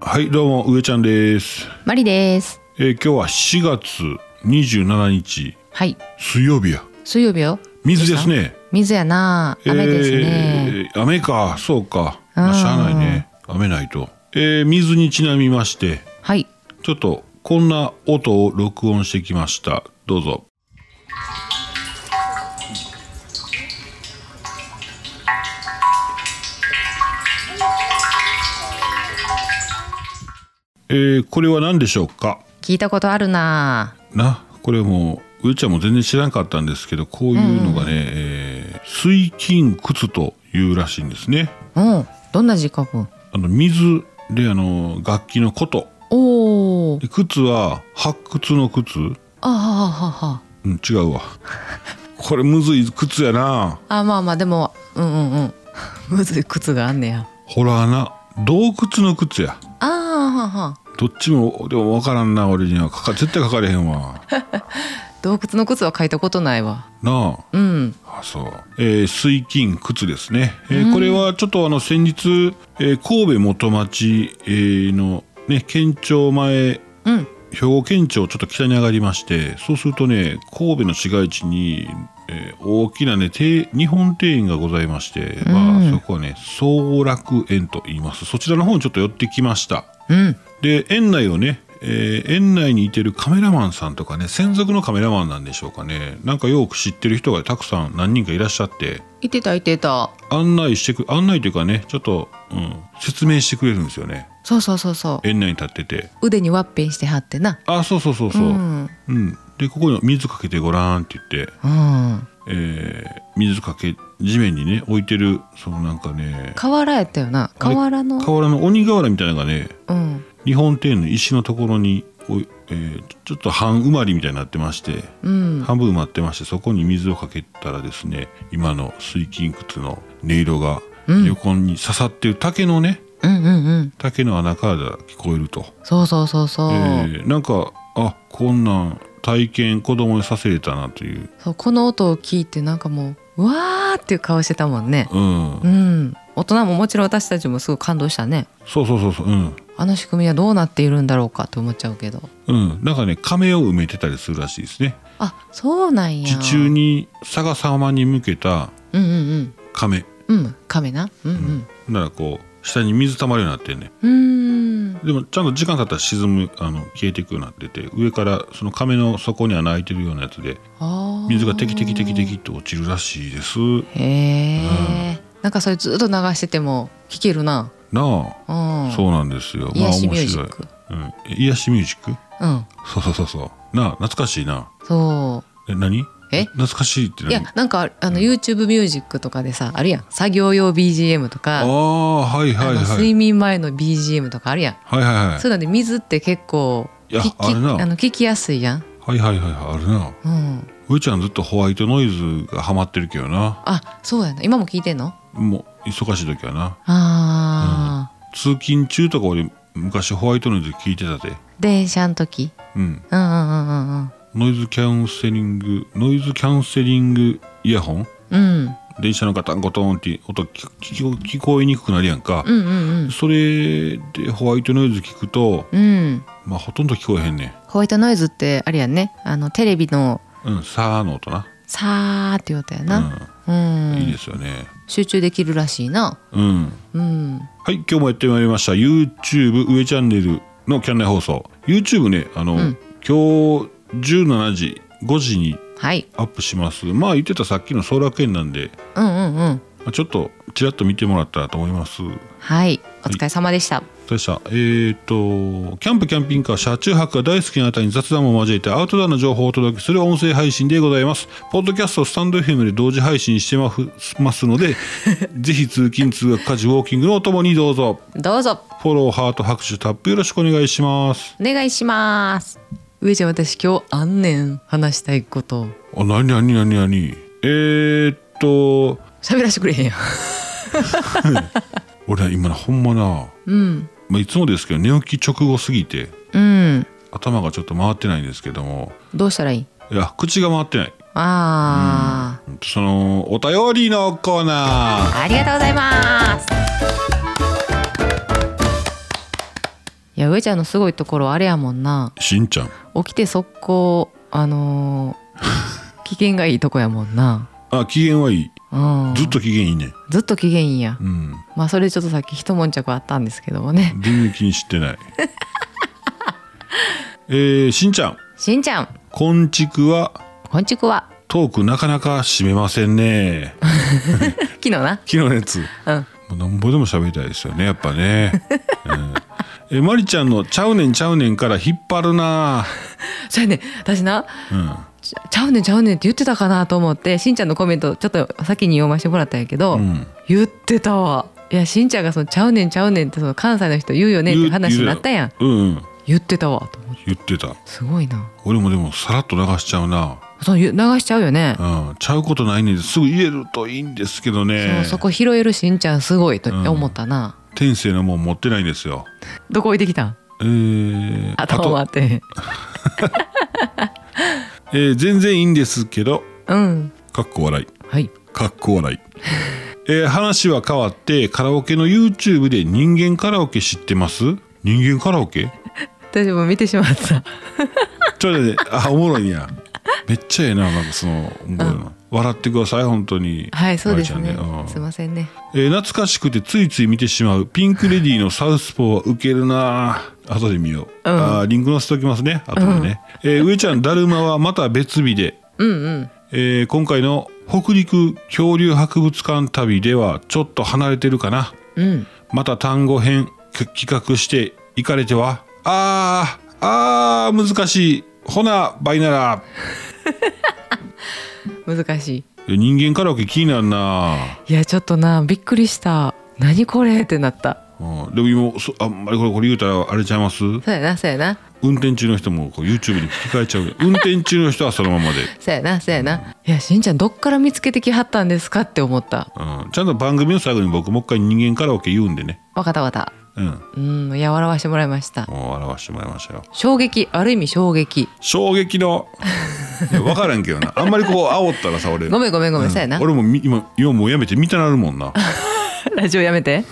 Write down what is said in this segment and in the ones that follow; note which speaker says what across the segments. Speaker 1: はいどうも上ちゃんです、
Speaker 2: マリです。
Speaker 1: えー今日は4月27日
Speaker 2: はい。
Speaker 1: 水曜日や
Speaker 2: 水曜日よ。
Speaker 1: 水ですね
Speaker 2: 水やな。雨ですね。
Speaker 1: えー雨かそうか、ま
Speaker 2: う
Speaker 1: あ、
Speaker 2: ん
Speaker 1: しゃあないね雨ないと、えー水にちなみまして
Speaker 2: はい。
Speaker 1: ちょっとこんな音を録音してきましたどうぞえーこれは何でしょうか
Speaker 2: 聞いたことあるな。
Speaker 1: なこれもううーちゃんも全然知らんかったんですけどこういうのがね、えー水筋靴というらしいんですね
Speaker 2: うん。どんな字書く
Speaker 1: あの水であの楽器のこと
Speaker 2: おお。
Speaker 1: で靴は発掘の靴うん
Speaker 2: あはははは。
Speaker 1: 違 うわこれむずい靴やな
Speaker 2: あ、まあまあ、でも、うんうんうん。 むずい靴があんねや。
Speaker 1: ほらな洞窟の靴や
Speaker 2: ああ、はは。
Speaker 1: どっちもでも分からんな俺にはかか絶対書かれへんわ
Speaker 2: 洞窟の靴は書いたことないわ。
Speaker 1: なあ
Speaker 2: うん。
Speaker 1: あそう、えー、水金靴ですね、えーこれはちょっとあの先日、えー神戸元町、えーのね県庁前
Speaker 2: うん。
Speaker 1: 兵庫県庁ちょっと北に上がりましてそうするとね神戸の市街地に、えー大きなね庭日本庭園がございまして、まあ、そこはね総楽園と言いますそちらの方にちょっと寄ってきました
Speaker 2: うん。
Speaker 1: で園内をね、えー園内にいてるカメラマンさんとかね専属のカメラマンなんでしょうかねなんかよく知ってる人がたくさん何人かいらっしゃって
Speaker 2: いてたいてた。
Speaker 1: 案内してく案内というかねちょっと、うん、説明してくれるんですよね
Speaker 2: そうそうそうそ
Speaker 1: 園内に立ってて
Speaker 2: う。腕にワッペンして貼ってな。
Speaker 1: あそうそうそうそう、
Speaker 2: うん。
Speaker 1: うん、でここに水かけてごらんって言って、
Speaker 2: うん。
Speaker 1: えー水かけ地面にね置いてるそのなんかね
Speaker 2: 瓦やったよな。
Speaker 1: あれ
Speaker 2: 瓦の。
Speaker 1: 瓦の鬼瓦みたいなのがね
Speaker 2: うん。
Speaker 1: 日本庭園の石のところにおい、えーちょっと半埋まりみたいになってまして、
Speaker 2: うん。
Speaker 1: 半分埋まってましてそこに水をかけたらですね今の水金靴の音色が
Speaker 2: うん
Speaker 1: 横に刺さってる竹のね、
Speaker 2: うんうんうん。
Speaker 1: 竹の穴から聞こえると、
Speaker 2: そうそうそうそう。
Speaker 1: えーなんかあこんなん体験子供にさせれたなという
Speaker 2: そうこの音を聞いてなんかもううわーっていう顔してたもんね
Speaker 1: うん
Speaker 2: うん大人ももちろん私たちもすごい感動したね
Speaker 1: そうそうそうそううん
Speaker 2: あの仕組みはどうなっているんだろうかって思っちゃうけど
Speaker 1: うんなんかね亀を埋めてたりするらしいですね
Speaker 2: あそうなんや
Speaker 1: 地中に逆さまに向けた
Speaker 2: うんうん
Speaker 1: 亀
Speaker 2: うんうんカメなうん
Speaker 1: ならこう下に水溜まるようになってるね
Speaker 2: うんうんん
Speaker 1: でもちゃんと時間経ったら沈むあの消えていくようになってて上からその亀の底に穴開いてるようなやつで
Speaker 2: あー
Speaker 1: 水がテキテキテキテキと落ちるらしいです
Speaker 2: へえ、なんかそれずっと流してても聴けるな
Speaker 1: な
Speaker 2: う
Speaker 1: あ
Speaker 2: ん
Speaker 1: そうなんですよ
Speaker 2: 癒しミュージッ
Speaker 1: ま
Speaker 2: ク
Speaker 1: あ面白い、うん、癒しミュージック
Speaker 2: うん
Speaker 1: そうそうそうそうなあ懐かしいな
Speaker 2: そ
Speaker 1: え何
Speaker 2: え
Speaker 1: 懐かしいって
Speaker 2: ういや
Speaker 1: 何
Speaker 2: なんかあの YouTube ミュージックとかでさあるやん作業用 BGM とか
Speaker 1: ああはいは
Speaker 2: あ
Speaker 1: い
Speaker 2: の
Speaker 1: はい
Speaker 2: 睡眠前の BGM とかあるやん、
Speaker 1: はいはいはい
Speaker 2: そういうので水って結構
Speaker 1: いや
Speaker 2: 聞き
Speaker 1: あるな
Speaker 2: の聞きやすいやん、
Speaker 1: はいはいはいはいあるな
Speaker 2: うん、
Speaker 1: うーちゃんずっとホワイトノイズがハマってるけどな
Speaker 2: あそうやな今も聞いてんの
Speaker 1: もう忙しい時はな
Speaker 2: あー、
Speaker 1: 通勤中とか俺昔ホワイトノイズ聞いてたで
Speaker 2: 電車の時
Speaker 1: うん
Speaker 2: うんうんうんうん
Speaker 1: ノイズキャンセリングノイズキャンセリングイヤホン
Speaker 2: うんうん
Speaker 1: 電車のガタンゴトーンって音聞聞こ聞こえにくくなるやんか、
Speaker 2: うんうん
Speaker 1: それでホワイトノイズ聞くと
Speaker 2: うんうん
Speaker 1: まあほとんど聞こえへんね
Speaker 2: ホワイトノイズってあれやんねあのテレビの
Speaker 1: うんさーの音な
Speaker 2: さーって言うたやなうん、
Speaker 1: うん、いいですよね
Speaker 2: 集中できるらしいな
Speaker 1: うん
Speaker 2: うん
Speaker 1: はい、今日もやってまいりました YouTube 上チャンネルのキャン内放送 YouTube ねあの、
Speaker 2: ん
Speaker 1: 今日17時5時に
Speaker 2: はい
Speaker 1: アップしますまあ言ってたさっきの総楽園なんで、
Speaker 2: うんうんうん
Speaker 1: まあちょっとちらっと見てもらったらと思います
Speaker 2: はいお疲れ様でした、
Speaker 1: でしたえっ、とキャンプキャンピングカー車中泊が大好きなあなたに雑談も交えてアウトドアの情報をお届けする音声配信でございますポッドキャストスタンド FM で同時配信してまふますの でぜひ通勤通学家事ウォーキングのお供にどうぞ
Speaker 2: どうぞ
Speaker 1: フォロー、ハート、拍手、タップよろしくお願いします。
Speaker 2: お願いします上ちゃん私今日あんねん話したいこと
Speaker 1: あ、なになになになにえー、っと、
Speaker 2: 喋らせてくれへんやん
Speaker 1: 俺今ほんまな、
Speaker 2: うん
Speaker 1: まあ、いつもですけど寝起き直後すぎて
Speaker 2: うん
Speaker 1: 頭がちょっと回ってないんですけども、
Speaker 2: どうしたらいい
Speaker 1: いや、口が回ってない。
Speaker 2: あ
Speaker 1: その、お便りのコーナー。
Speaker 2: ーありがとうございますいや上ちゃんのすごいところあれやもんな
Speaker 1: しんちゃん
Speaker 2: 起きて速攻あの ー機嫌がいいとこやもんな、
Speaker 1: あ機嫌はいい
Speaker 2: うん、
Speaker 1: ずっと機嫌いいね
Speaker 2: ずっと機嫌いいんや
Speaker 1: うん
Speaker 2: まあそれちょっとさっき一悶着あったんですけどもね
Speaker 1: 全然気にしてない えー、しんちゃん
Speaker 2: しんちゃん
Speaker 1: 昆虫は
Speaker 2: こんちくわ
Speaker 1: トークなかなか締めませんね
Speaker 2: 昨日な
Speaker 1: 昨日のやつ
Speaker 2: うん
Speaker 1: もうなんぼでも喋りたいですよねやっぱね、うん、えまりちゃんの「ちゃうねんちゃうねん」から引っ張るな
Speaker 2: そうやね私な
Speaker 1: うん
Speaker 2: ちちゃうねんちゃうねんって言ってたかなと思ってしんちゃんのコメントちょっと先に読ませてもらったんやけ
Speaker 1: う
Speaker 2: ど、
Speaker 1: ん
Speaker 2: 言ってたわいやしんちゃんがその「ちゃうねんちゃうねん」ってその関西の人言うよねって話になったやん
Speaker 1: うんうん
Speaker 2: 言ってたわと思って
Speaker 1: 言ってた
Speaker 2: すごいな
Speaker 1: 俺もでもさらっと流しちゃうな
Speaker 2: そのゆ流しちゃうよね、
Speaker 1: うんちゃうことないねんですぐ言えるといいんですけどね
Speaker 2: そうそこ拾えるしんちゃんすごいと
Speaker 1: うん
Speaker 2: 思ったな、
Speaker 1: 天性のもん持ってないんですよ
Speaker 2: どこ置いてきたん
Speaker 1: えー、あ
Speaker 2: 頭
Speaker 1: と、
Speaker 2: 待って
Speaker 1: えー全然いいんですけど
Speaker 2: うん
Speaker 1: かっこ笑い
Speaker 2: はい
Speaker 1: かっこ笑いえー話は変わってカラオケの YouTube で人間カラオケ知ってます人間カラオケ
Speaker 2: 大丈夫見てしまった
Speaker 1: ちょっと待ってあおもろいんやめっちゃええななんかそのおもろいな笑ってください本当に
Speaker 2: はいそうです
Speaker 1: ま
Speaker 2: ね
Speaker 1: りちゃんうん
Speaker 2: すいませんね
Speaker 1: えー懐かしくてついつい見てしまうピンクレディーのサウスポーはウケるなあ後で見よう、あーリンク載せておきますね後でね、えー上ちゃんだるまはまた別日で、
Speaker 2: うんうん
Speaker 1: えー今回の北陸恐竜博物館旅ではちょっと離れてるかな
Speaker 2: うん
Speaker 1: また単語編き企画して行かれてはあーあー難しいほなバイなら
Speaker 2: 難しい
Speaker 1: え人間カラオケ気になるない
Speaker 2: やちょっとなびっくりした何これってなった
Speaker 1: うんでも今そあんまりこれこれ言うたらあれちゃいます
Speaker 2: そうやなそうやな
Speaker 1: 運転中の人もこう YouTube に聞き換えちゃう運転中の人はそのままで、
Speaker 2: そうやなそうやな、いやしんちゃんどっから見つけてきはったんですかって思った
Speaker 1: うん、ちゃんと番組の最後に僕もう一回人間カラオケ言うんでね、
Speaker 2: わかったわかっ
Speaker 1: うん、
Speaker 2: たうんいや笑わしてもらいました
Speaker 1: もう表してもらいましたよ
Speaker 2: 衝撃ある意味衝撃
Speaker 1: 衝撃のいや分からんけどなあんまりこう煽ったらさ俺
Speaker 2: ごめんごめんごめん、そうやな
Speaker 1: 俺もみ今今もうやめて見たなるもんな
Speaker 2: ラジオやめて、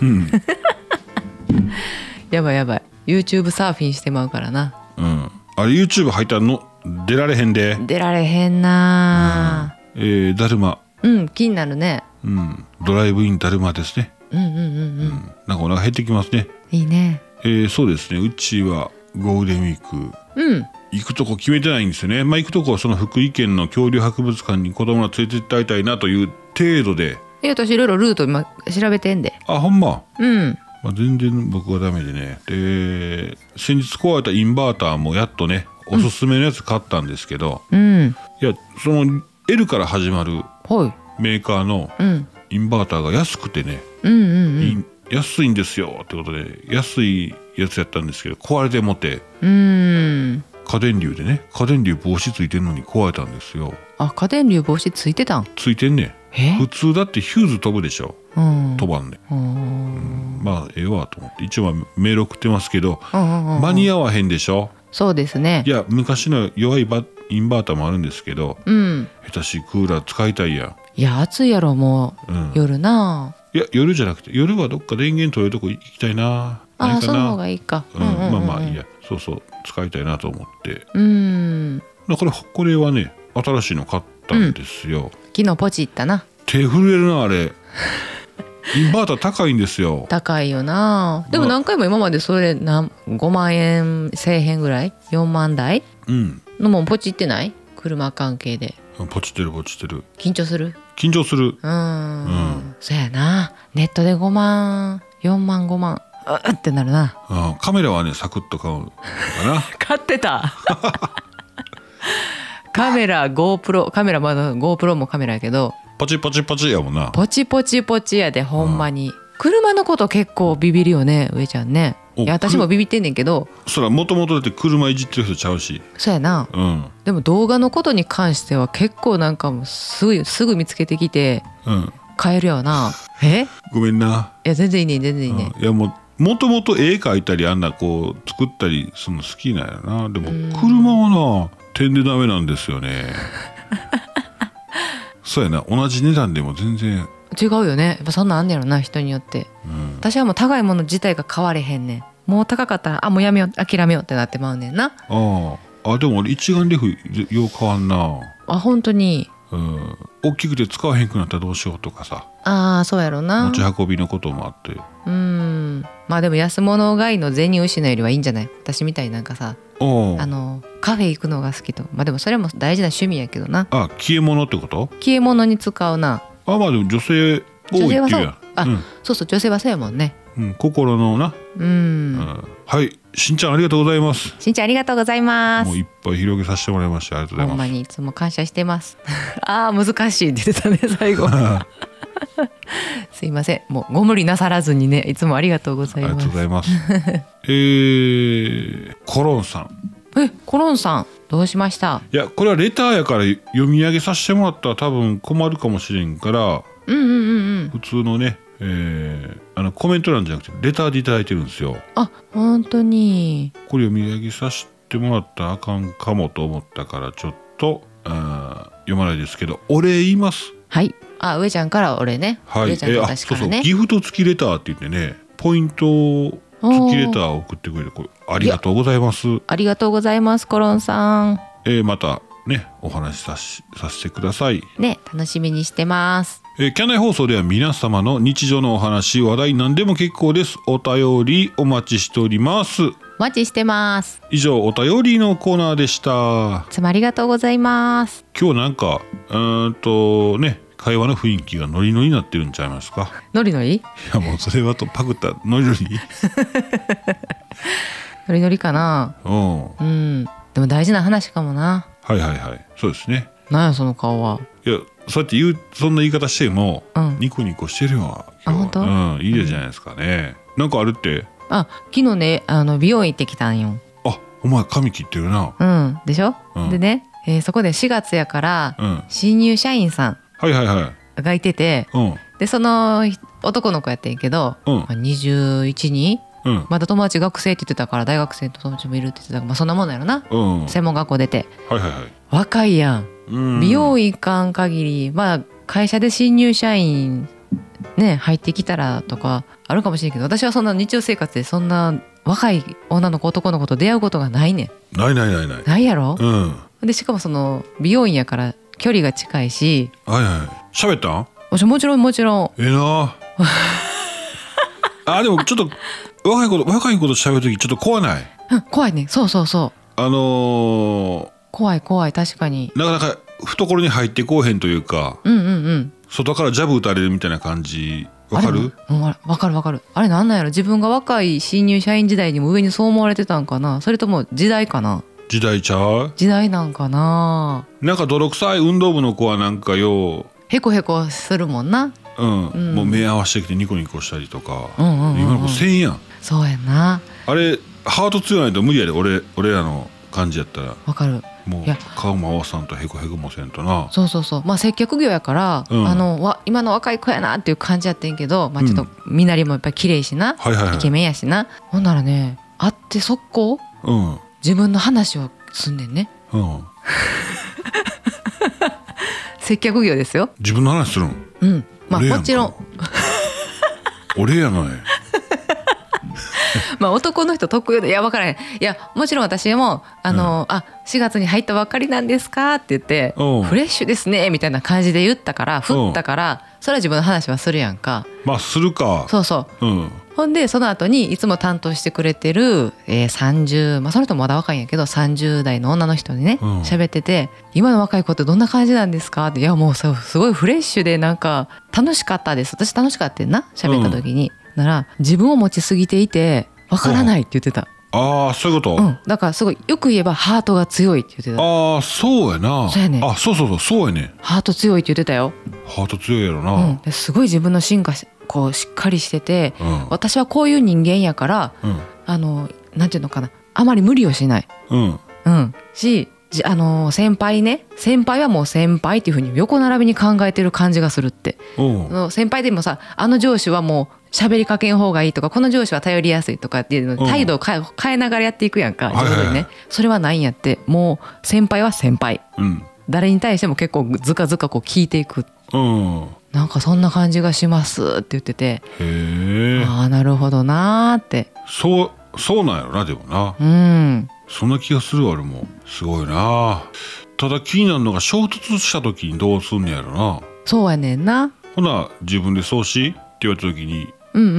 Speaker 2: やばいやばい YouTube サーフィンしてまうからな
Speaker 1: うんあれ YouTube 入ったらの出られへんで、
Speaker 2: 出られへんな
Speaker 1: えー、だるま、
Speaker 2: うん、気になるね
Speaker 1: うん、ドライブインだるまですね、
Speaker 2: うんうんうんうん、
Speaker 1: うん、なんかお腹減ってきますね
Speaker 2: いいね
Speaker 1: えー、そうですねうちはゴールデンウィーク
Speaker 2: うん
Speaker 1: 行くとこ決めてないんですよね、まあ、行くとこはその福井県の恐竜博物館に子供ら連れて行ってあげたいなという程度で
Speaker 2: いや私いろいろルート今調べてんで
Speaker 1: あほんま、
Speaker 2: うん
Speaker 1: まあ、全然僕はダメでねで先日壊れたインバーターもやっとねおすすめのやつ買ったんですけど、
Speaker 2: うん
Speaker 1: いやその L から始まる
Speaker 2: ほい
Speaker 1: メーカーの
Speaker 2: うん
Speaker 1: インバーターが安くてね、
Speaker 2: うんうん
Speaker 1: いい安いんですよってことで安いやつやったんですけど壊れてもて
Speaker 2: うん
Speaker 1: 家電流でね家電流防止ついてるのに壊れたんですよ
Speaker 2: あ家電流防止ついてたん
Speaker 1: ついてんねん
Speaker 2: え
Speaker 1: 普通だってヒューズ飛ぶでしょ
Speaker 2: うん
Speaker 1: 飛ばんね、
Speaker 2: うん
Speaker 1: ん、まあええわと思って一応まあメール送ってますけど、
Speaker 2: うんうんうん
Speaker 1: 間に合わへんでしょ
Speaker 2: そうですね
Speaker 1: いや昔の弱いバインバーターもあるんですけど
Speaker 2: うん
Speaker 1: 下手しいクーラー使いたいや
Speaker 2: いや暑いやろもう、
Speaker 1: うん
Speaker 2: 夜ない
Speaker 1: や夜じゃなくて夜はどっか電源取れるとこ行きたいな
Speaker 2: あ
Speaker 1: な
Speaker 2: あ
Speaker 1: い
Speaker 2: そ
Speaker 1: か
Speaker 2: の方
Speaker 1: な
Speaker 2: がいいか、
Speaker 1: うんまあまあいいやそうそう使いたいなと思って
Speaker 2: うん
Speaker 1: だからこれはね新しいの買ったんですよ、
Speaker 2: 昨日ポチったな
Speaker 1: 手震えるなあれインバーター高いんですよ
Speaker 2: 高いよなでも何回も今までそれなん5万円せえへんぐらい4万台
Speaker 1: うん
Speaker 2: のもんポチってない車関係で
Speaker 1: ポチってるポチってる
Speaker 2: 緊張する
Speaker 1: 緊張する
Speaker 2: うーんそやなネットで5万4万5万うっってなるな
Speaker 1: うんカメラはねサクッと買うのかな
Speaker 2: 買ってた カメラ GoPro カメラまだ GoPro もカメラやけど
Speaker 1: パチパチパチやもんな
Speaker 2: ポチポチポチやでほんまに、車のこと結構ビビるよね上ちゃんね
Speaker 1: お
Speaker 2: いや私もビビってんねんけど
Speaker 1: そらもともとだって車いじってる人ちゃうし
Speaker 2: そうやな
Speaker 1: うん
Speaker 2: でも動画のことに関しては結構なんかもうすぐすぐ見つけてきて
Speaker 1: うん
Speaker 2: 買えるよなえい
Speaker 1: ごめんな、
Speaker 2: や全然いいね全然いいね、
Speaker 1: うんいやもうもともと絵描いたりあんなこう作ったりその好きなんやなでも車はな点でダメなんですよ ねそうやな同じ値段でも全然
Speaker 2: 違うよねやっぱそんなんあんねやろな人によって、私はもう高いもの自体が買われへんねんもう高かったらあもうやめよう諦めようってなってまうねんな
Speaker 1: あああでも俺一眼レフよう変わんな
Speaker 2: あ本当に
Speaker 1: うん大きくて使わへんくなったらどうしようとかさ
Speaker 2: ああそうやろな
Speaker 1: 持ち運びのこともあって
Speaker 2: うんまあでも安物買いの銭失いよりはいいんじゃない私みたいになんかさ
Speaker 1: お
Speaker 2: あのカフェ行くのが好きとまあでもそれも大事な趣味やけどな
Speaker 1: あ消え物ってこと
Speaker 2: 消え物に使うな
Speaker 1: あまあでも女性多い
Speaker 2: 女
Speaker 1: ってい
Speaker 2: 性
Speaker 1: う
Speaker 2: はそう
Speaker 1: やん
Speaker 2: あ、
Speaker 1: うん
Speaker 2: そうそう女性はそうやもんね
Speaker 1: うん、心のな、
Speaker 2: う
Speaker 1: うん
Speaker 2: ん、
Speaker 1: はいしんちゃんありがとうございます
Speaker 2: しんちゃんありがとうございま
Speaker 1: もう
Speaker 2: す
Speaker 1: いっぱい広げさせてもらいましてありがとうご
Speaker 2: ほ
Speaker 1: ざい
Speaker 2: ん
Speaker 1: ま
Speaker 2: ますにいつも感謝してます あー難しいって言 ってたね最後 すいませんもうご無理なさらずにねいつもありがとうござ
Speaker 1: あ
Speaker 2: い
Speaker 1: りがと
Speaker 2: ます
Speaker 1: うござい ますえー、コロンさん
Speaker 2: えコロンさんどうしました
Speaker 1: いやこれはレターやから読み上げさせてもらったら多分困るかもしれんから
Speaker 2: うんうんうんうん
Speaker 1: 普通のね、えーあのコメント欄じゃなくてレターでいただいてるんですよ
Speaker 2: あ本当に
Speaker 1: これ読み上げさせてもらったらあかんかもと思ったからちょっとあー読まないですけどお礼言います
Speaker 2: はいあ上ちゃんから俺ね、
Speaker 1: はい、
Speaker 2: 上ちゃん
Speaker 1: え
Speaker 2: と
Speaker 1: ーあ
Speaker 2: 私
Speaker 1: そ
Speaker 2: か
Speaker 1: うそ
Speaker 2: ら
Speaker 1: う
Speaker 2: ね
Speaker 1: ギフト付きレターって言ってねポイント付きレターを送ってくれてこれありがとうございます
Speaker 2: ありがとうございますコロンさん
Speaker 1: えーまたねお話しさしさせてください
Speaker 2: ね楽しみにしてます
Speaker 1: えー、キャンナイ放送では皆様の日常のお話話題何でも結構ですお便りお待ちしております
Speaker 2: お待ちしてます
Speaker 1: 以上お便りのコーナーでした今
Speaker 2: いつもありがとうございます
Speaker 1: 日なんかうーんとね会話の雰囲気がノリノリになってるんちゃいますか
Speaker 2: ノリノリ
Speaker 1: いやもうそれはとパクったノリノリ
Speaker 2: ノリノリかな
Speaker 1: うんは
Speaker 2: うんでも大事な話かもない
Speaker 1: はいはいそうですね
Speaker 2: なんやその顔はい
Speaker 1: やそうやって言うそんな言い方しても、
Speaker 2: うん
Speaker 1: ニコニコしてるよ今日は
Speaker 2: 本当
Speaker 1: うんいいじゃないですかね、なんかあるって
Speaker 2: あ昨日ねあの美容院行ってきたんよ
Speaker 1: あお前髪切ってるな
Speaker 2: うんでしょ、
Speaker 1: うん
Speaker 2: でね、えーそこで4月やから、
Speaker 1: うん
Speaker 2: 新入社員さ
Speaker 1: はいはいはい
Speaker 2: んがいてて
Speaker 1: うん
Speaker 2: でその男の子やってんけど、
Speaker 1: うん
Speaker 2: まあ21に
Speaker 1: うん
Speaker 2: まだ友達学生って言ってたから大学生の友達もいるって言ってたから、まあ、そんなもんなんやろな
Speaker 1: うん
Speaker 2: 専門学校出て
Speaker 1: はいはいはい
Speaker 2: 若いやん
Speaker 1: うん
Speaker 2: 美容院行かん限り、まあ会社で新入社員ね入ってきたらとかあるかもしれんけど私はそんな日常生活でそんな若い女の子男の子と出会うことがないねん
Speaker 1: ないないないない
Speaker 2: ないやろ
Speaker 1: う、ん
Speaker 2: でしかもその美容院やから距離が近いし
Speaker 1: はいはい喋ったん
Speaker 2: もちもちろんもちろん
Speaker 1: ええ なあでもちょっと若い子と若い子と喋る時ちょっと怖ない
Speaker 2: うん怖いねそうそうそう
Speaker 1: あの
Speaker 2: 怖い怖い確かに
Speaker 1: ーなかなか懐に入ってこうへんというか
Speaker 2: うんうんうん
Speaker 1: 外からジャブ打たれるみたいな感じわ
Speaker 2: あ
Speaker 1: か
Speaker 2: れ
Speaker 1: る
Speaker 2: うんわわかるわかるあれなんなんやろ自分が若い新入社員時代にも上にそう思われてたんかなそれとも時代かな
Speaker 1: 時代ちゃう
Speaker 2: 時代なんかな
Speaker 1: なんか泥臭い運動部の子はなんかよ
Speaker 2: へこへこするもんな
Speaker 1: う、うん
Speaker 2: うん
Speaker 1: もう目合わせてきてニコニコしたりとか、
Speaker 2: うんうんうんうん
Speaker 1: 今の子1000やん
Speaker 2: そうやな
Speaker 1: あれハート強ないと無理やで俺俺らの感じやったら
Speaker 2: わかる
Speaker 1: もう
Speaker 2: いや
Speaker 1: 顔も合わさんとへこへこもせんとな
Speaker 2: そうそうそうまあ接客業やから、
Speaker 1: うん
Speaker 2: あのわ今の若い子やなっていう感じやってんけど、まあ、
Speaker 1: うん
Speaker 2: ちょっと身なりもやっぱり綺麗しな、
Speaker 1: はいはいはい
Speaker 2: イケメンやしなほんならね会って速攻
Speaker 1: うん
Speaker 2: 自分の話をすんねんね
Speaker 1: うん
Speaker 2: 接客業ですよ
Speaker 1: 自分の話するん
Speaker 2: うんまあ
Speaker 1: 俺や
Speaker 2: も
Speaker 1: か
Speaker 2: ちろん
Speaker 1: 俺や ない
Speaker 2: まあ男の人特有でいやわからへんいやもちろん私も「あの、あ4月に入ったばっかりなんですか?」って言って
Speaker 1: うん
Speaker 2: 「フレッシュですね」みたいな感じで言ったから振ったからそれは自分の話はするやんか
Speaker 1: まあするか
Speaker 2: そうそう
Speaker 1: うん
Speaker 2: ほんでその後にいつも担当してくれてる、えー、30、まあ、その人もまだ若いんやけど30代の女の人にね
Speaker 1: うん
Speaker 2: 喋、ってて「今の若い子ってどんな感じなんですか?」って「いやもうそうすごいフレッシュでなんか楽しかったです私楽しかったよな喋った時に」なら自分を持ちすぎていてわからないって言ってた、
Speaker 1: ああそういうこと、
Speaker 2: うん、だからすごいよく言えばハートが強いって言ってた
Speaker 1: ああそうやな
Speaker 2: そうやね
Speaker 1: あそうそうそうそうやね
Speaker 2: ハート強いって言ってたよ、
Speaker 1: ハート強いやろ
Speaker 2: う、
Speaker 1: なん
Speaker 2: ですごい自分の進化しこうしっかりしてて
Speaker 1: うん
Speaker 2: 私はこういう人間やから
Speaker 1: うん
Speaker 2: あのなんていうのかなあまり無理をしない
Speaker 1: うん
Speaker 2: うん、しじあのー先輩ね先輩はもう先輩っていうふうに横並びに考えてる感じがするって
Speaker 1: うん
Speaker 2: その先輩でもさあの上司はもう喋りかけん方がいいとかこの上司は頼りやすいとかっていう
Speaker 1: うん
Speaker 2: の態度を変え変えながらやっていくやんか
Speaker 1: はいはいはい
Speaker 2: 徐々にねそれはないんやってもう先輩は先輩
Speaker 1: うん
Speaker 2: 誰に対しても結構ずかずかこう聞いていく
Speaker 1: うん
Speaker 2: なんかそんな感じがしますって言ってて
Speaker 1: へえ
Speaker 2: ああなるほどなーって
Speaker 1: そうそうなんやろなでもな
Speaker 2: うん
Speaker 1: そんな気がするわ俺もすごいなただ気になるのが衝突した時にどうすんねやろな
Speaker 2: そうやねんな
Speaker 1: ほな自分でそうしって言われた時に
Speaker 2: うんうんうん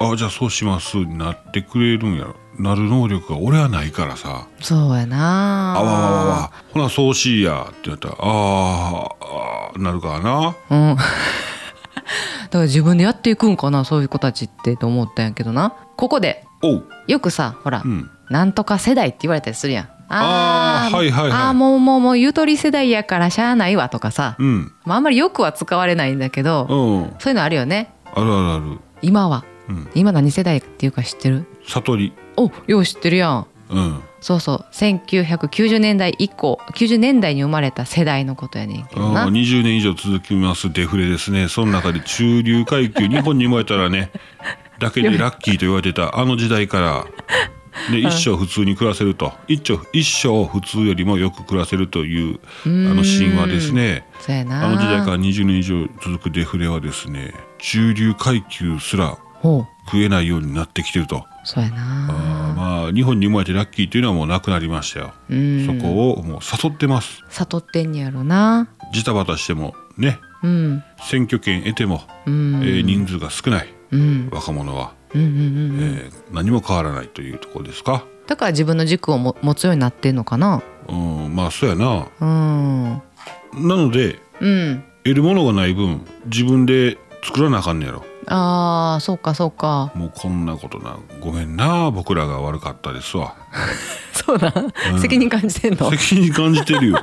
Speaker 2: うん
Speaker 1: あじゃあそうしますになってくれるんやろなる能力が俺はないからさ
Speaker 2: そうやな
Speaker 1: あわわわわほなそうしいやってなったらあーあーなるからな
Speaker 2: うん だから自分でやっていくんかなそういう子たちってと思ったんやけどなここで
Speaker 1: おう
Speaker 2: よくさほら、
Speaker 1: うん
Speaker 2: なんとか世代って言われたりするやん
Speaker 1: あー
Speaker 2: ー
Speaker 1: はいはいはい
Speaker 2: あーもうもうもうゆとり世代やからしゃあないわとかさ、
Speaker 1: うん
Speaker 2: まあ、あんまりよくは使われないんだけど、
Speaker 1: うんあ
Speaker 2: そういうのあるよね
Speaker 1: るある
Speaker 2: 今は
Speaker 1: あるうん
Speaker 2: 今何世代っていうか知ってる
Speaker 1: 悟り
Speaker 2: およう知ってるやん
Speaker 1: うん
Speaker 2: そうそう1990年代以降90年代に生まれた世代のことやねんけど
Speaker 1: あ
Speaker 2: な
Speaker 1: ー20年以上続きますデフレですねその中で中流階級日本に生まれたら ねだけでラッキーと言われてたあの時代からで一生普通に暮らせると一生一生普通よりもよく暮らせるというあの神話ですね
Speaker 2: そうやな
Speaker 1: あの時代から20年以上続くデフレはですね中流階級すら
Speaker 2: ほう
Speaker 1: 食えないようになってきてると
Speaker 2: そうや
Speaker 1: あ
Speaker 2: な
Speaker 1: ーまあ日本に生まれてラッキーというのはもうなくなりましたよ
Speaker 2: うん
Speaker 1: そこをもう悟ってます
Speaker 2: 悟ってんねやろな
Speaker 1: ジタバタしてもね
Speaker 2: うん
Speaker 1: 選挙権得ても
Speaker 2: うん
Speaker 1: えー人数が少ない
Speaker 2: うん
Speaker 1: 若者は、
Speaker 2: うんうんうんうん
Speaker 1: えー何も変わらないというところですか。
Speaker 2: だから自分の軸をも持つようになってんのかな
Speaker 1: うん、まあそうやな。
Speaker 2: うん
Speaker 1: なので
Speaker 2: うん
Speaker 1: 得るものがない分自分で作らなあかんねやろ。
Speaker 2: あーそうかそうか
Speaker 1: もうこんなことなごめんな僕らが悪かったです わ。
Speaker 2: そうだ、責任感じてんの
Speaker 1: 責任感じて るよ。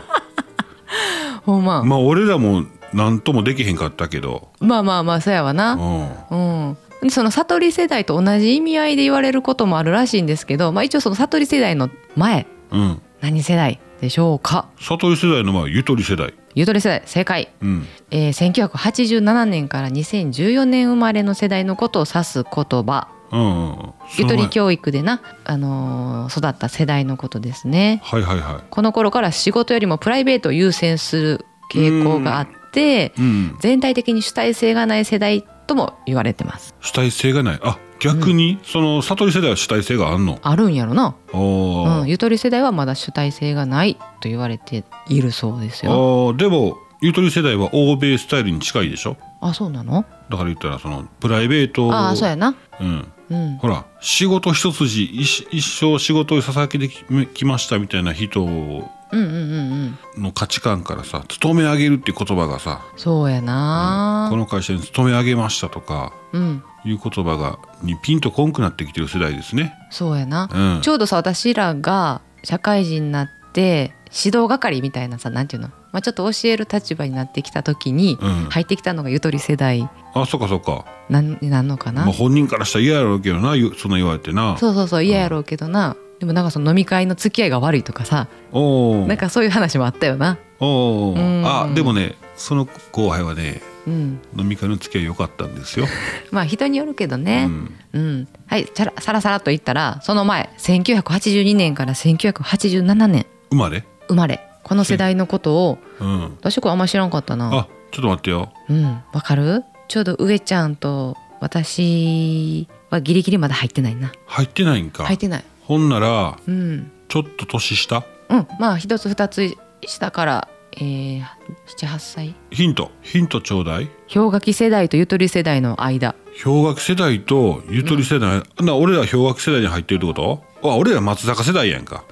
Speaker 2: ほんま、
Speaker 1: まあ俺らも何ともできへんかったけど。
Speaker 2: まあまあまあそうやわ
Speaker 1: う
Speaker 2: な、
Speaker 1: ん。
Speaker 2: うんでその悟り世代と同じ意味合いで言われることもあるらしいんですけど、まあ、一応その悟り世代の前
Speaker 1: うん。
Speaker 2: 何世代でしょうか
Speaker 1: 悟り世代のまあゆとり世代。
Speaker 2: ゆとり世代正解、
Speaker 1: うん。
Speaker 2: えー、1987年から2014年生まれの世代のことを指す言葉
Speaker 1: うんうんうん。
Speaker 2: ゆとり
Speaker 1: 教。
Speaker 2: 教育でな、あのー育った世代のことですね
Speaker 1: はいはいは
Speaker 2: この頃から仕事よりもプライベートを優先する傾向があって
Speaker 1: い。うん。
Speaker 2: 全体的に主体性がない世代とも言われてます
Speaker 1: 主体性がない。あ逆に、その悟り世代は主体性があんの。
Speaker 2: あるんやろな、
Speaker 1: おー
Speaker 2: うん、ゆとり世代はまだ主体性がないと言われているそうです
Speaker 1: あ
Speaker 2: よ
Speaker 1: ーでもゆとり世代は欧米スタイルに近いでしょ
Speaker 2: あそうなの
Speaker 1: だから言ったらそのプライベートを
Speaker 2: ああそうやな
Speaker 1: うん、
Speaker 2: うん
Speaker 1: ほら仕事一筋一一生仕事を捧げてききましたみたいな人
Speaker 2: うんうんうんうん
Speaker 1: の価値観からさ勤め上げるって言葉がさ
Speaker 2: そうやな
Speaker 1: この会社に勤め上げましたとか
Speaker 2: うん
Speaker 1: いう言葉がにピンとこんくなってきてる世代ですね。
Speaker 2: そうやな、
Speaker 1: うん
Speaker 2: ちょうどさ私らが社会人になって指導係みたいなさなんていうの、まあ、ちょっと教える立場になってきた時に
Speaker 1: うん
Speaker 2: 入ってきたのがゆとり世代
Speaker 1: あそうかそうか、
Speaker 2: なんになんのかな、
Speaker 1: まあ、本人からしたら嫌やろうけどなゆそんな言われてな。
Speaker 2: そうそうそう嫌やろうけどな、でもなんかその飲み会の付き合いが悪いとかさ
Speaker 1: おー
Speaker 2: なんかそういう話もあったよな
Speaker 1: おー
Speaker 2: うん
Speaker 1: あでもねその後輩はね
Speaker 2: うん
Speaker 1: 飲み会の付き合い良かったんですよ。
Speaker 2: まあ人によるけど
Speaker 1: う
Speaker 2: ね
Speaker 1: ん、
Speaker 2: うん、はいさらさらさらっと言ったらその前1982年から1987年
Speaker 1: 生まれ、
Speaker 2: 生まれこの世代のことを
Speaker 1: うん、
Speaker 2: 私これあんま知らんかったな
Speaker 1: あちょっと待ってよ。
Speaker 2: うん、わかるちょうど上ちゃんと私はギリギリまだ入ってないな
Speaker 1: 入ってないんか。
Speaker 2: 入ってない
Speaker 1: ほんなら
Speaker 2: うん
Speaker 1: ちょっと年下
Speaker 2: うんまあ一つ二つ下から、えー、78歳
Speaker 1: ヒントヒントちょうだい。
Speaker 2: 氷河期世代とゆとり世代の間
Speaker 1: 氷河期世代とゆとり世代、な俺ら氷河期世代に入ってるってことあ俺ら松坂世代やんか。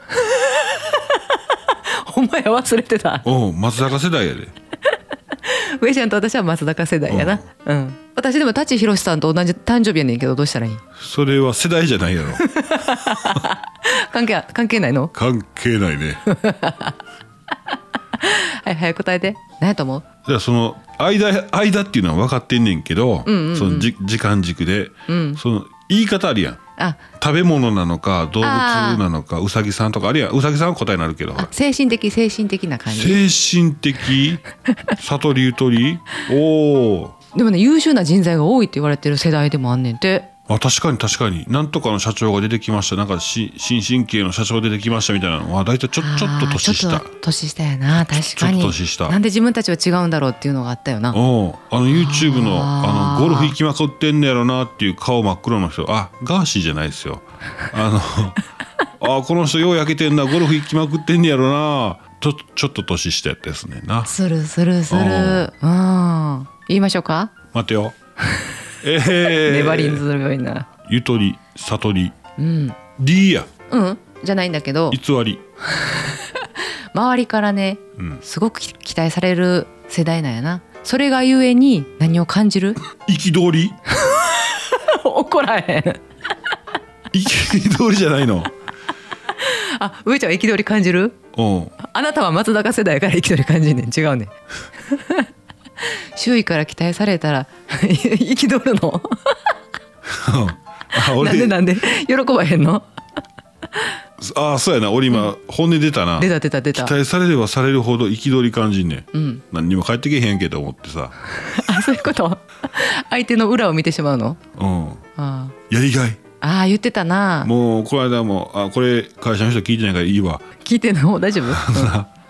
Speaker 2: お前は忘れてた
Speaker 1: うん松坂世代やで。
Speaker 2: 上ちゃんと私は松坂世代やなうん、私でも舘ひろしさんと同じ誕生日やねんけどどうしたらいい
Speaker 1: それは世代じゃないやろ。
Speaker 2: 関係関係ないの
Speaker 1: 関係ないね。
Speaker 2: はい早く答えて何やと思う
Speaker 1: じゃあその間間っていうのは分かってんねんけど、そのじ時間軸で、その言い方あるやん。
Speaker 2: あ
Speaker 1: 食べ物なのか動物なのかうさぎさんとかあるいはうさぎさんは答えになるけどほら
Speaker 2: あ精神的精神的な感じ
Speaker 1: 精神 的悟りゆとりおお
Speaker 2: でもね優秀な人材が多いって言われてる世代でもあんねんて
Speaker 1: あ確かに確かになんとかの社長が出てきましたなんかし新進気鋭の社長出てきましたみたいなのは大体ちょちょっと年
Speaker 2: あ
Speaker 1: 下
Speaker 2: ーちょっと年下やな確かに
Speaker 1: ちょっと年下
Speaker 2: なんで自分たちは違うんだろうっていうのがあったよな
Speaker 1: おうあの YouTube のあ
Speaker 2: あー
Speaker 1: のゴルフ行きまくってんねやろなっていう顔真っ黒の人あガーシーじゃないですよあ のあーこの人よう焼けてんなゴルフ行きまくってんねやろなとちょっと年下やったですねんな
Speaker 2: するするする
Speaker 1: お
Speaker 2: うん言いましょうか、
Speaker 1: 待て よえー、
Speaker 2: ネバリンズのよいな
Speaker 1: ゆとり悟り
Speaker 2: うん
Speaker 1: D や
Speaker 2: うんじゃないんだけど
Speaker 1: 偽り
Speaker 2: 周りからね
Speaker 1: うん
Speaker 2: すごくき期待される世代なんやなそれがゆえに何を感 じる
Speaker 1: 憤 り
Speaker 2: 怒らへん
Speaker 1: 憤りじゃないの
Speaker 2: あ上ちゃんは憤り感じる
Speaker 1: うん
Speaker 2: あなたは松坂世代やから憤り感じんねん違う ねん周囲から期待されたら 憤るの
Speaker 1: あ
Speaker 2: なんで
Speaker 1: 俺
Speaker 2: なんで喜ばへんの
Speaker 1: あそうやな俺今本音出たな
Speaker 2: 出た出た出
Speaker 1: 期
Speaker 2: た
Speaker 1: 待されればされるほど憤り感じんねん
Speaker 2: うん
Speaker 1: 何にも返ってけへんけど思ってさ、
Speaker 2: あそういうこと相手の裏を見てしまうの
Speaker 1: うん、
Speaker 2: あ
Speaker 1: やりがい
Speaker 2: あああ言ってたな
Speaker 1: もうこの間もあこれ会社の人聞いてないからいいわ
Speaker 2: 聞いてんの大丈夫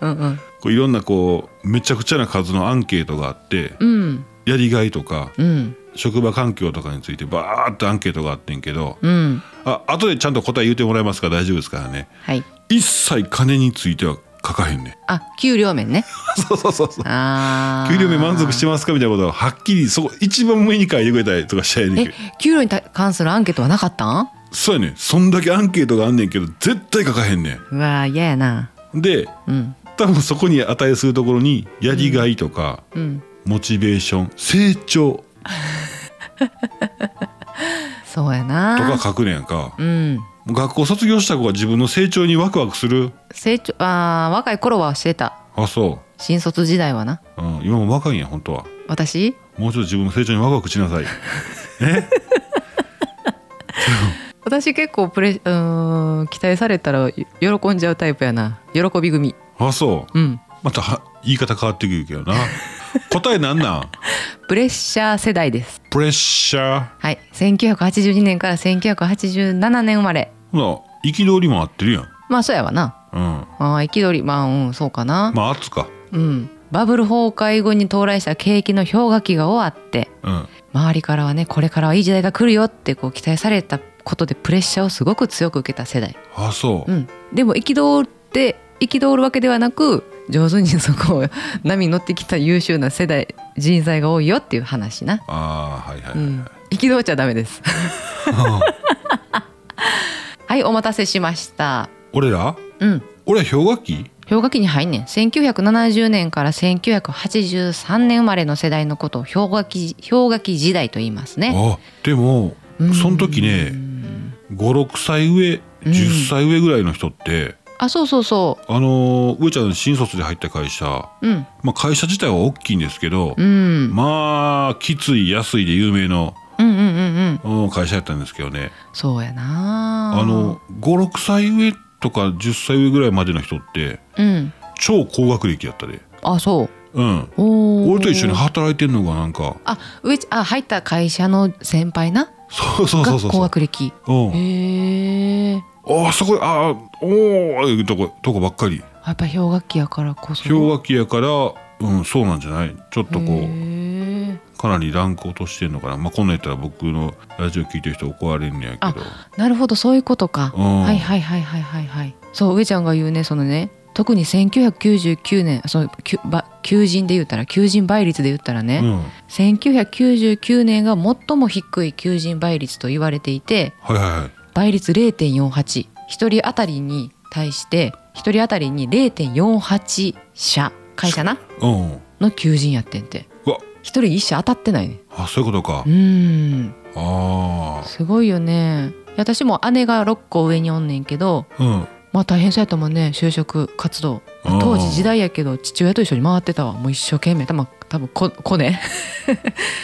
Speaker 2: うんうん
Speaker 1: こういろんなこうめちゃくちゃな数のアンケートがあって
Speaker 2: うんうん
Speaker 1: やりがいとか
Speaker 2: うん
Speaker 1: 職場環境とかについてバーってアンケートがあってんけど
Speaker 2: うん
Speaker 1: あ後でちゃんと答え言うてもらえますから大丈夫ですからね
Speaker 2: はい
Speaker 1: 一切金については書かへんねん
Speaker 2: あ給料面 ね
Speaker 1: そうそうそうそう
Speaker 2: ああ
Speaker 1: 給料面満足してますかみたいなことははっきりそこ一番上に書いてくれたりとかしたやねんけ
Speaker 2: え
Speaker 1: ど
Speaker 2: 給料にた関するアンケートはなかったん
Speaker 1: そうやねんそんだけアンケートがあんねんけど絶対書かへんね
Speaker 2: うわー嫌やなん
Speaker 1: で
Speaker 2: うん
Speaker 1: 多分そこに値するところにやりがいとか、
Speaker 2: うん
Speaker 1: モチベーション成長
Speaker 2: そうや
Speaker 1: とか
Speaker 2: な
Speaker 1: 書くねんか
Speaker 2: うん
Speaker 1: 学校卒業した子が自分の成長にワクワクする
Speaker 2: 成長あー若い頃はしてた
Speaker 1: あそ
Speaker 2: 新卒時代はな
Speaker 1: う、うん、今も若いんや本当は
Speaker 2: 私
Speaker 1: もうちょっと自分の成長にワクワクしな さいね
Speaker 2: 私結構プレうーん期待されたら喜んじゃうタイプやな喜び組
Speaker 1: あそう
Speaker 2: うん
Speaker 1: または言い方変わってくるけどな答えなんなん
Speaker 2: プレッシャー世代です
Speaker 1: プレッシャー
Speaker 2: はい1982年から1987年生まれ
Speaker 1: ほら憤りも合ってるやん
Speaker 2: まあそうやわな
Speaker 1: うん
Speaker 2: あー憤りまあうんそうかな、
Speaker 1: まあ圧か
Speaker 2: うんバブル崩壊後に到来した景気の氷河期が終わって
Speaker 1: うん
Speaker 2: 周りからはねこれからはいい時代が来るよってこう期待されたことでプレッシャーをすごく強く受けた世代、
Speaker 1: あそう、
Speaker 2: うん、でも憤って憤るわけではなく上手にそこを波に乗ってきた優秀な世代人材が多いよっていう話な、
Speaker 1: ああはいはい、は
Speaker 2: う
Speaker 1: い
Speaker 2: ん、憤っちゃダメですはいお待たせしました
Speaker 1: 俺ら
Speaker 2: うん
Speaker 1: 俺は氷河期
Speaker 2: 氷河期に入んねん1970年から1983年生まれの世代のことを氷河期氷河期時代と言いますね
Speaker 1: あでも
Speaker 2: うん
Speaker 1: その時ね56歳上10歳上ぐらいの人って、
Speaker 2: あそうそうそ
Speaker 1: あのー上ちゃん新卒で入った会社、
Speaker 2: ううん
Speaker 1: まあ、会社自体は大きいんですけど、
Speaker 2: うん
Speaker 1: まあきつい安いで有名の
Speaker 2: うんうんうんうん
Speaker 1: うん会社やったんですけどね
Speaker 2: そうやな
Speaker 1: あの56歳上とか10歳上ぐらいまでの人って
Speaker 2: うん
Speaker 1: 超高学歴やったで
Speaker 2: あそう
Speaker 1: うん
Speaker 2: おー
Speaker 1: 俺と一緒に働いてんのがなんか
Speaker 2: あ上地あ入った会社の先輩な
Speaker 1: そうそう
Speaker 2: が
Speaker 1: そうそう
Speaker 2: 高学歴
Speaker 1: うん
Speaker 2: へえ
Speaker 1: あそこああおおいうとことこばっかり
Speaker 2: やっぱ氷河期やからこそ
Speaker 1: 氷河期やからうんそうなんじゃないちょっとこ
Speaker 2: へ
Speaker 1: う
Speaker 2: ー
Speaker 1: かなりランク落としてんのかなまあこんなん言ったら僕のラジオ聞いてる人怒られんねやけど
Speaker 2: なるほどそういうことか
Speaker 1: うん
Speaker 2: はいはいはいはいはいはいそう上ちゃんが言うねそのね特に1999年その求ば求人で言ったら求人倍率で言ったらね、
Speaker 1: うんはい
Speaker 2: 1999年が最も低い求人倍率と言われていて
Speaker 1: はいはい
Speaker 2: 倍率0.481人当たりに対して1人当たりに0.48社会社な
Speaker 1: うん
Speaker 2: の求人やってんて
Speaker 1: うわ
Speaker 2: 1人1社当たってないね
Speaker 1: あそういうことか
Speaker 2: うーん
Speaker 1: あ
Speaker 2: すごいよねいや私も姉が6個上におんねんけど
Speaker 1: あうん
Speaker 2: まあ大変そうやったもんね就職活動
Speaker 1: うん
Speaker 2: 当時時代やけど父親と一緒に回ってたわもう一生懸命たま多分こコネ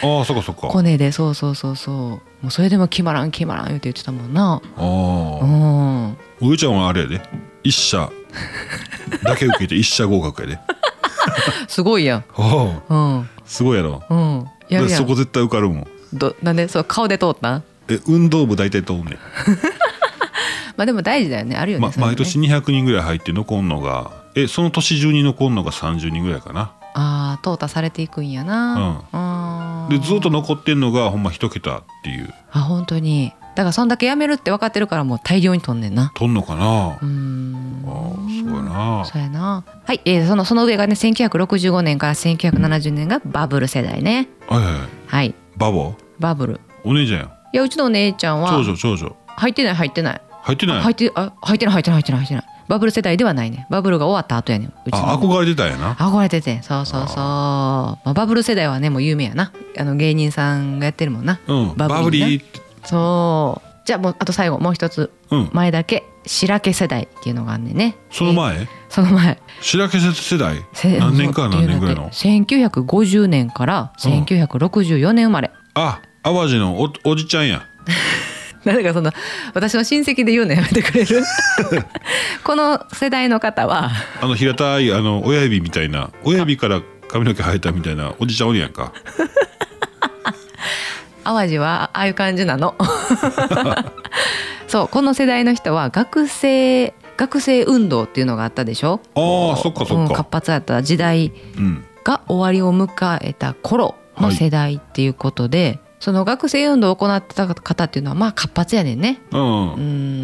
Speaker 1: ああそっかそっか
Speaker 2: コネでそうそうそうそうもうそれでも決まらん決まらん言うて言ってたもんなう
Speaker 1: ああ
Speaker 2: ん
Speaker 1: 上ちゃんはあれやで一 社だけ受けて一社合格やであ
Speaker 2: すごいやん
Speaker 1: あ
Speaker 2: うん
Speaker 1: すごいやろ
Speaker 2: うんやる
Speaker 1: で
Speaker 2: や
Speaker 1: そ
Speaker 2: ん
Speaker 1: こ絶対受かるもん
Speaker 2: どなんでそう顔で通ったん
Speaker 1: え運動部大体通んねん
Speaker 2: まあでも大事だよねあるよね,、
Speaker 1: ま、毎年200人ぐらい入って残んのがえその年中に残んのが30人ぐらいかな
Speaker 2: ああ淘汰されていくんやな、あー
Speaker 1: でずっと残ってんのがほんま一桁っていう
Speaker 2: あ本当にだからそんだけやめるって分かってるからもう大量に取んねんな
Speaker 1: とんのかな
Speaker 2: うーん
Speaker 1: あーそうやな
Speaker 2: そうやなはい、えーそのその上がね1965年から1970年がバブル世代ね
Speaker 1: はいはいはい
Speaker 2: はい
Speaker 1: バボ
Speaker 2: バブル
Speaker 1: お姉ちゃんやん
Speaker 2: いやうちのお姉ちゃんは
Speaker 1: 長女長女
Speaker 2: 入ってない入ってない
Speaker 1: 入ってない
Speaker 2: 入ってあ入ってない入ってない入ってない入ってないバブル世代ではないねバブルが終わった後やねんうちの
Speaker 1: あ憧れてたんやな
Speaker 2: 憧れててそうそうそうまあ、バブル世代はねもう有名やなあの芸人さんがやってるもんな
Speaker 1: うん
Speaker 2: バブリーな
Speaker 1: バブリーって
Speaker 2: そうじゃあもうあと最後もう一つ
Speaker 1: うん
Speaker 2: 前だけ白毛世代っていうのがあんねんね
Speaker 1: その前
Speaker 2: その前
Speaker 1: 白毛世代
Speaker 2: せ
Speaker 1: 何年から何年ぐらい
Speaker 2: っ
Speaker 1: の
Speaker 2: ていうのって1950年から1964年生まれ、
Speaker 1: あ淡路のおおじちゃんや
Speaker 2: なんだかその私の親戚で言うのやめてくれ るこの世代の方は
Speaker 1: あの平たいあの親指みたいな親指から髪の毛生えたみたいなおじちゃんおるやんか
Speaker 2: 淡路はああいう感じなの そうこの世代の人は学生学生運動っていうのがあったでしょ
Speaker 1: ああそっかそ
Speaker 2: うん
Speaker 1: っか
Speaker 2: 活発だった時代
Speaker 1: うん
Speaker 2: が終わりを迎えた頃の世代っていうことで、その学生運動を行ってた方っていうのはまあ活発やねんね
Speaker 1: うん、
Speaker 2: うー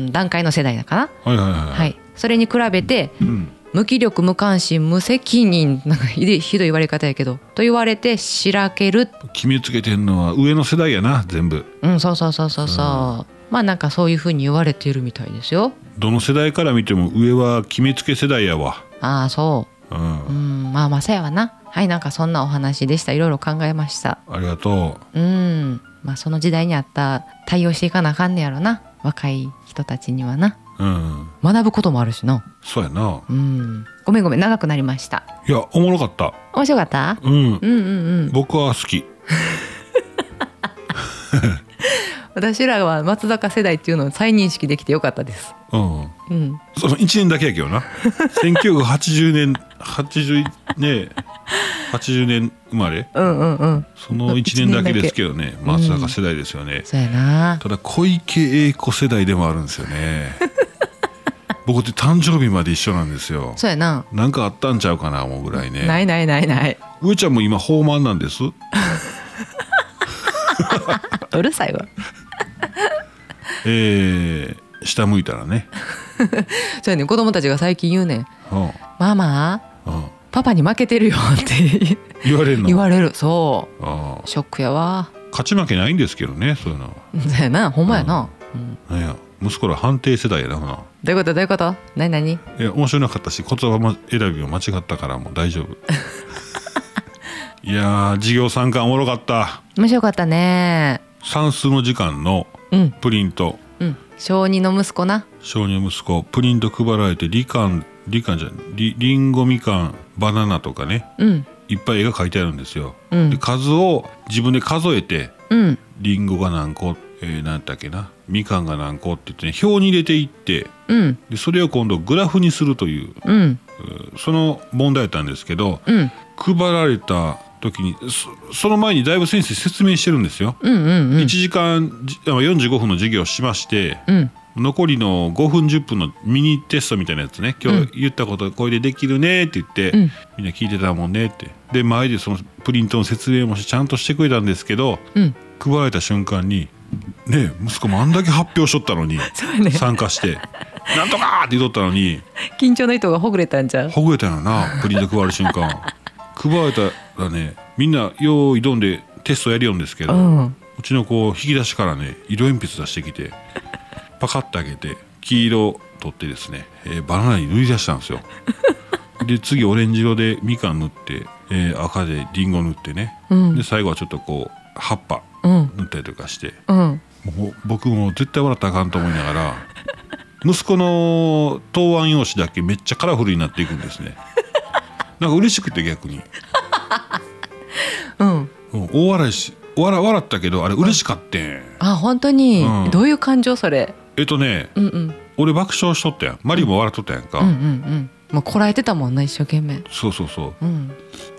Speaker 2: ん段階の世代だかな、
Speaker 1: はいはいはい、
Speaker 2: はい、それに比べて
Speaker 1: うん、
Speaker 2: 無気力無関心無責任なんかひでひどい言われ方やけどと言われてしらける
Speaker 1: 決めつけてんのは上の世代やな全部
Speaker 2: うんそうそうそうそうそう、まあなんかそういうふうに言われているみたいですよ
Speaker 1: どの世代から見ても上は決めつけ世代やわ
Speaker 2: ああそうううんんまあまあそやわなはいなんかそんなお話でしたいろいろ考えました
Speaker 1: ありがと
Speaker 2: うんまあその時代にあった対応していかなあかんねやろな若い人たちにはな
Speaker 1: ううん
Speaker 2: 学ぶこともあるしな
Speaker 1: そうやな
Speaker 2: うんごめんごめん長くなりました
Speaker 1: いやおもろかった
Speaker 2: 面白かった
Speaker 1: うん
Speaker 2: うんうんうん
Speaker 1: 僕は好き
Speaker 2: 私らは松坂世代っていうのを再認識できてよかったです
Speaker 1: うん
Speaker 2: うん
Speaker 1: その1年だけやけどな1980年80ね80年生まれ
Speaker 2: うんうんうん
Speaker 1: その1年だけですけどね松坂世代ですよね、
Speaker 2: そうやな
Speaker 1: ただ小池栄子世代でもあるんですよ ね僕って誕生日まで一緒なんですよ
Speaker 2: そうやな
Speaker 1: なんかあったんちゃうかな思うぐらい
Speaker 2: な
Speaker 1: ね
Speaker 2: いないないない
Speaker 1: 上ちゃんも今豊満なんです
Speaker 2: うるさいわ
Speaker 1: えー下向いたら ね
Speaker 2: そうやね子供たちが最近言うねん
Speaker 1: うんうん
Speaker 2: 「ママパパに負けてるよ」 って
Speaker 1: 言われるの
Speaker 2: 言われるそ
Speaker 1: あ
Speaker 2: うショックやわ
Speaker 1: ー勝ち負けないんですけどねそういうのは
Speaker 2: そうやなほんまやな、うん
Speaker 1: なんや息子ら判定世代やなほな
Speaker 2: どういうことどういうこと何何
Speaker 1: いや面白なかったし言葉も選びを間違ったからもう大丈 夫いやー授業参観おもろかった
Speaker 2: 面白かったね
Speaker 1: 算数の時間の
Speaker 2: うん
Speaker 1: プリント
Speaker 2: うん小児の息子な
Speaker 1: 小児息子プリント配られてりかんりかんじゃないりりんごみかんバナナとかね
Speaker 2: うん
Speaker 1: いっぱい絵が描いてあるんですよ、
Speaker 2: うん
Speaker 1: で数を自分で数えて
Speaker 2: うん
Speaker 1: りんごが何個、えー、何やったっけなみかんが何個って言ってね表に入れていって
Speaker 2: うん
Speaker 1: でそれを今度グラフにするという
Speaker 2: うん
Speaker 1: うーその問題だったんですけど
Speaker 2: うん
Speaker 1: 配られた時にそその前にだいぶ先生説明してるんですよ、
Speaker 2: うんうんうん
Speaker 1: 1時間じあ45分の授業をしまして
Speaker 2: うん
Speaker 1: 残りの5分10分のミニテストみたいなやつね今日言ったことこれでできるねって言って、
Speaker 2: うん
Speaker 1: みんな聞いてたもんねってで前でそのプリントの説明もしちゃんとしてくれたんですけど
Speaker 2: うん
Speaker 1: 配られた瞬間にねえ息子もあんだけ発表しとったのに
Speaker 2: そうやね
Speaker 1: 参加して「なんとか!」って言っとったのに
Speaker 2: 緊張の糸がほぐれたんじゃう
Speaker 1: ほぐれたよ なプリント配る瞬間配られたらねみんなよう挑んでテストやるよんですけど、
Speaker 2: うん
Speaker 1: うちの子引き出しからね色鉛筆出してきてパカッて開けて黄色取ってですね、えーバナナに塗り出したんですよで次オレンジ色でみかん塗って、えー赤でりんご塗ってね、
Speaker 2: うん
Speaker 1: で最後はちょっとこう葉っぱ
Speaker 2: うん
Speaker 1: 塗ったりとかして
Speaker 2: うん
Speaker 1: もう僕も絶対笑ったらあかんと思いながら息子の答案用紙だけめっちゃカラフルになっていくんですねなんか嬉しくて逆に
Speaker 2: うん
Speaker 1: うん大笑いし笑笑ったけどあれ嬉しかったん
Speaker 2: あ本当に、
Speaker 1: うん
Speaker 2: どういう感情それ
Speaker 1: えっとね
Speaker 2: うんうん
Speaker 1: 俺爆笑しとったやんマリも笑っとったやんか、
Speaker 2: うんうんうんもうこらえてたもんな一生懸命
Speaker 1: そうそうそう
Speaker 2: うん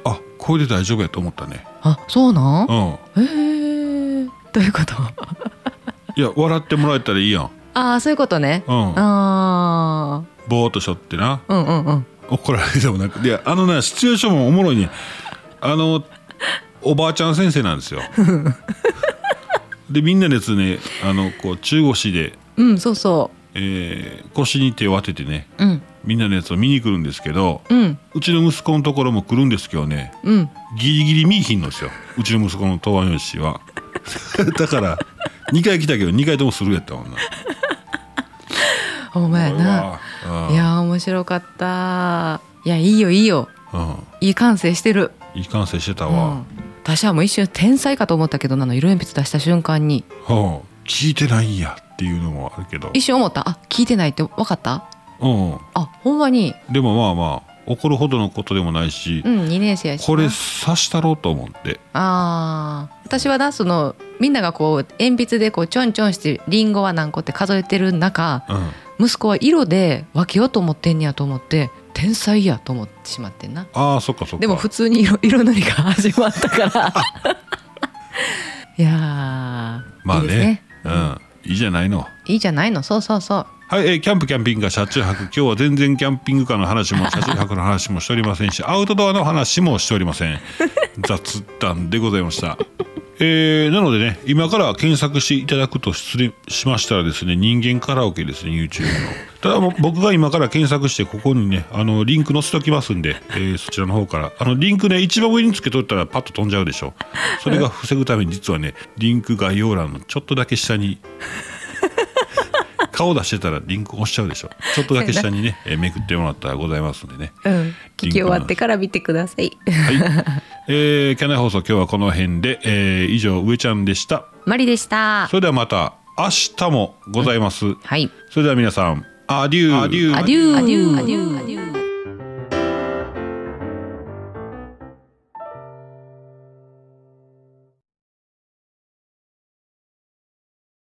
Speaker 1: あこれで大丈夫やと思ったね
Speaker 2: あそうなん
Speaker 1: うん
Speaker 2: へえどういうこと
Speaker 1: いや笑ってもらえたらいいやん
Speaker 2: ああそういうことね、
Speaker 1: うん
Speaker 2: あ
Speaker 1: ぼーっとしょってな
Speaker 2: あうんうんうん
Speaker 1: 怒られてもなくいやあのねシチュエーションもおもろいねあのおばあちゃん先生なんですよでみんなですねあのこう中腰で、
Speaker 2: うんそうそ
Speaker 1: えー腰に手を当ててね
Speaker 2: ううん
Speaker 1: みんなのやつを見に来るんですけど、
Speaker 2: うん
Speaker 1: うちの息子のところも来るんですけどね
Speaker 2: うん
Speaker 1: ギリギリ見いひんのですようちの息子の東湾用紙は だから2回来たけど2回ともするやったもんな
Speaker 2: ほんまやな
Speaker 1: うわ
Speaker 2: いやー面白かったいやいいよいいよ
Speaker 1: うんうん
Speaker 2: いい感性してる、
Speaker 1: いい感性してた
Speaker 2: う
Speaker 1: わ
Speaker 2: ん、私はもう一瞬天才かと思ったけどなの色鉛筆出した瞬間に
Speaker 1: うん聞いてないんやっていうのもあるけど
Speaker 2: 一瞬思ったあ聞いてないって分かった
Speaker 1: うんうん
Speaker 2: あほんまに
Speaker 1: でもまあまあ怒るほどのことでもないし、
Speaker 2: うん2年生やしな
Speaker 1: これ刺したろうと思って
Speaker 2: あー私はなそのみんながこう鉛筆でこうちょんちょんしてリンゴは何個って数えてる中
Speaker 1: うん
Speaker 2: 息子は色で分けようと思ってんねやと思って天才やと思ってしまってんな
Speaker 1: ああそっかそっか
Speaker 2: でも普通に色 色塗りが始まったからいやー
Speaker 1: まあ
Speaker 2: いい
Speaker 1: ね
Speaker 2: ですね
Speaker 1: うんいいじゃないの
Speaker 2: いいじゃないのそうそうそう
Speaker 1: はい、えーキャンプキャンピングカー車中泊今日は全然キャンピングカーの話も車中泊の話もしておりませんしアウトドアの話もしておりません雑談でございましたえーなのでね今から検索していただくと失礼しましたらですね人間カラオケですね YouTube のただもう僕が今から検索してここにねあのリンク載せときますんで、えーそちらの方からあのリンクね一番上につけとったらパッと飛んじゃうでしょそれが防ぐために実はねリンク概要欄のちょっとだけ下に顔出してたらリンク押しちゃうでしょちょっとだけ下にね、えーめくってもらったらございますんでね
Speaker 2: うん、聞
Speaker 1: リンクの話
Speaker 2: き終わってから見てください
Speaker 1: はい、 えー、キャナイ放送今日はこの辺で、えー以上上ちゃんでした
Speaker 2: マリでした
Speaker 1: それではまた明日もございます、
Speaker 2: はい
Speaker 1: それでは皆さんアデューアデュ
Speaker 2: アデューアデューアデューアデュー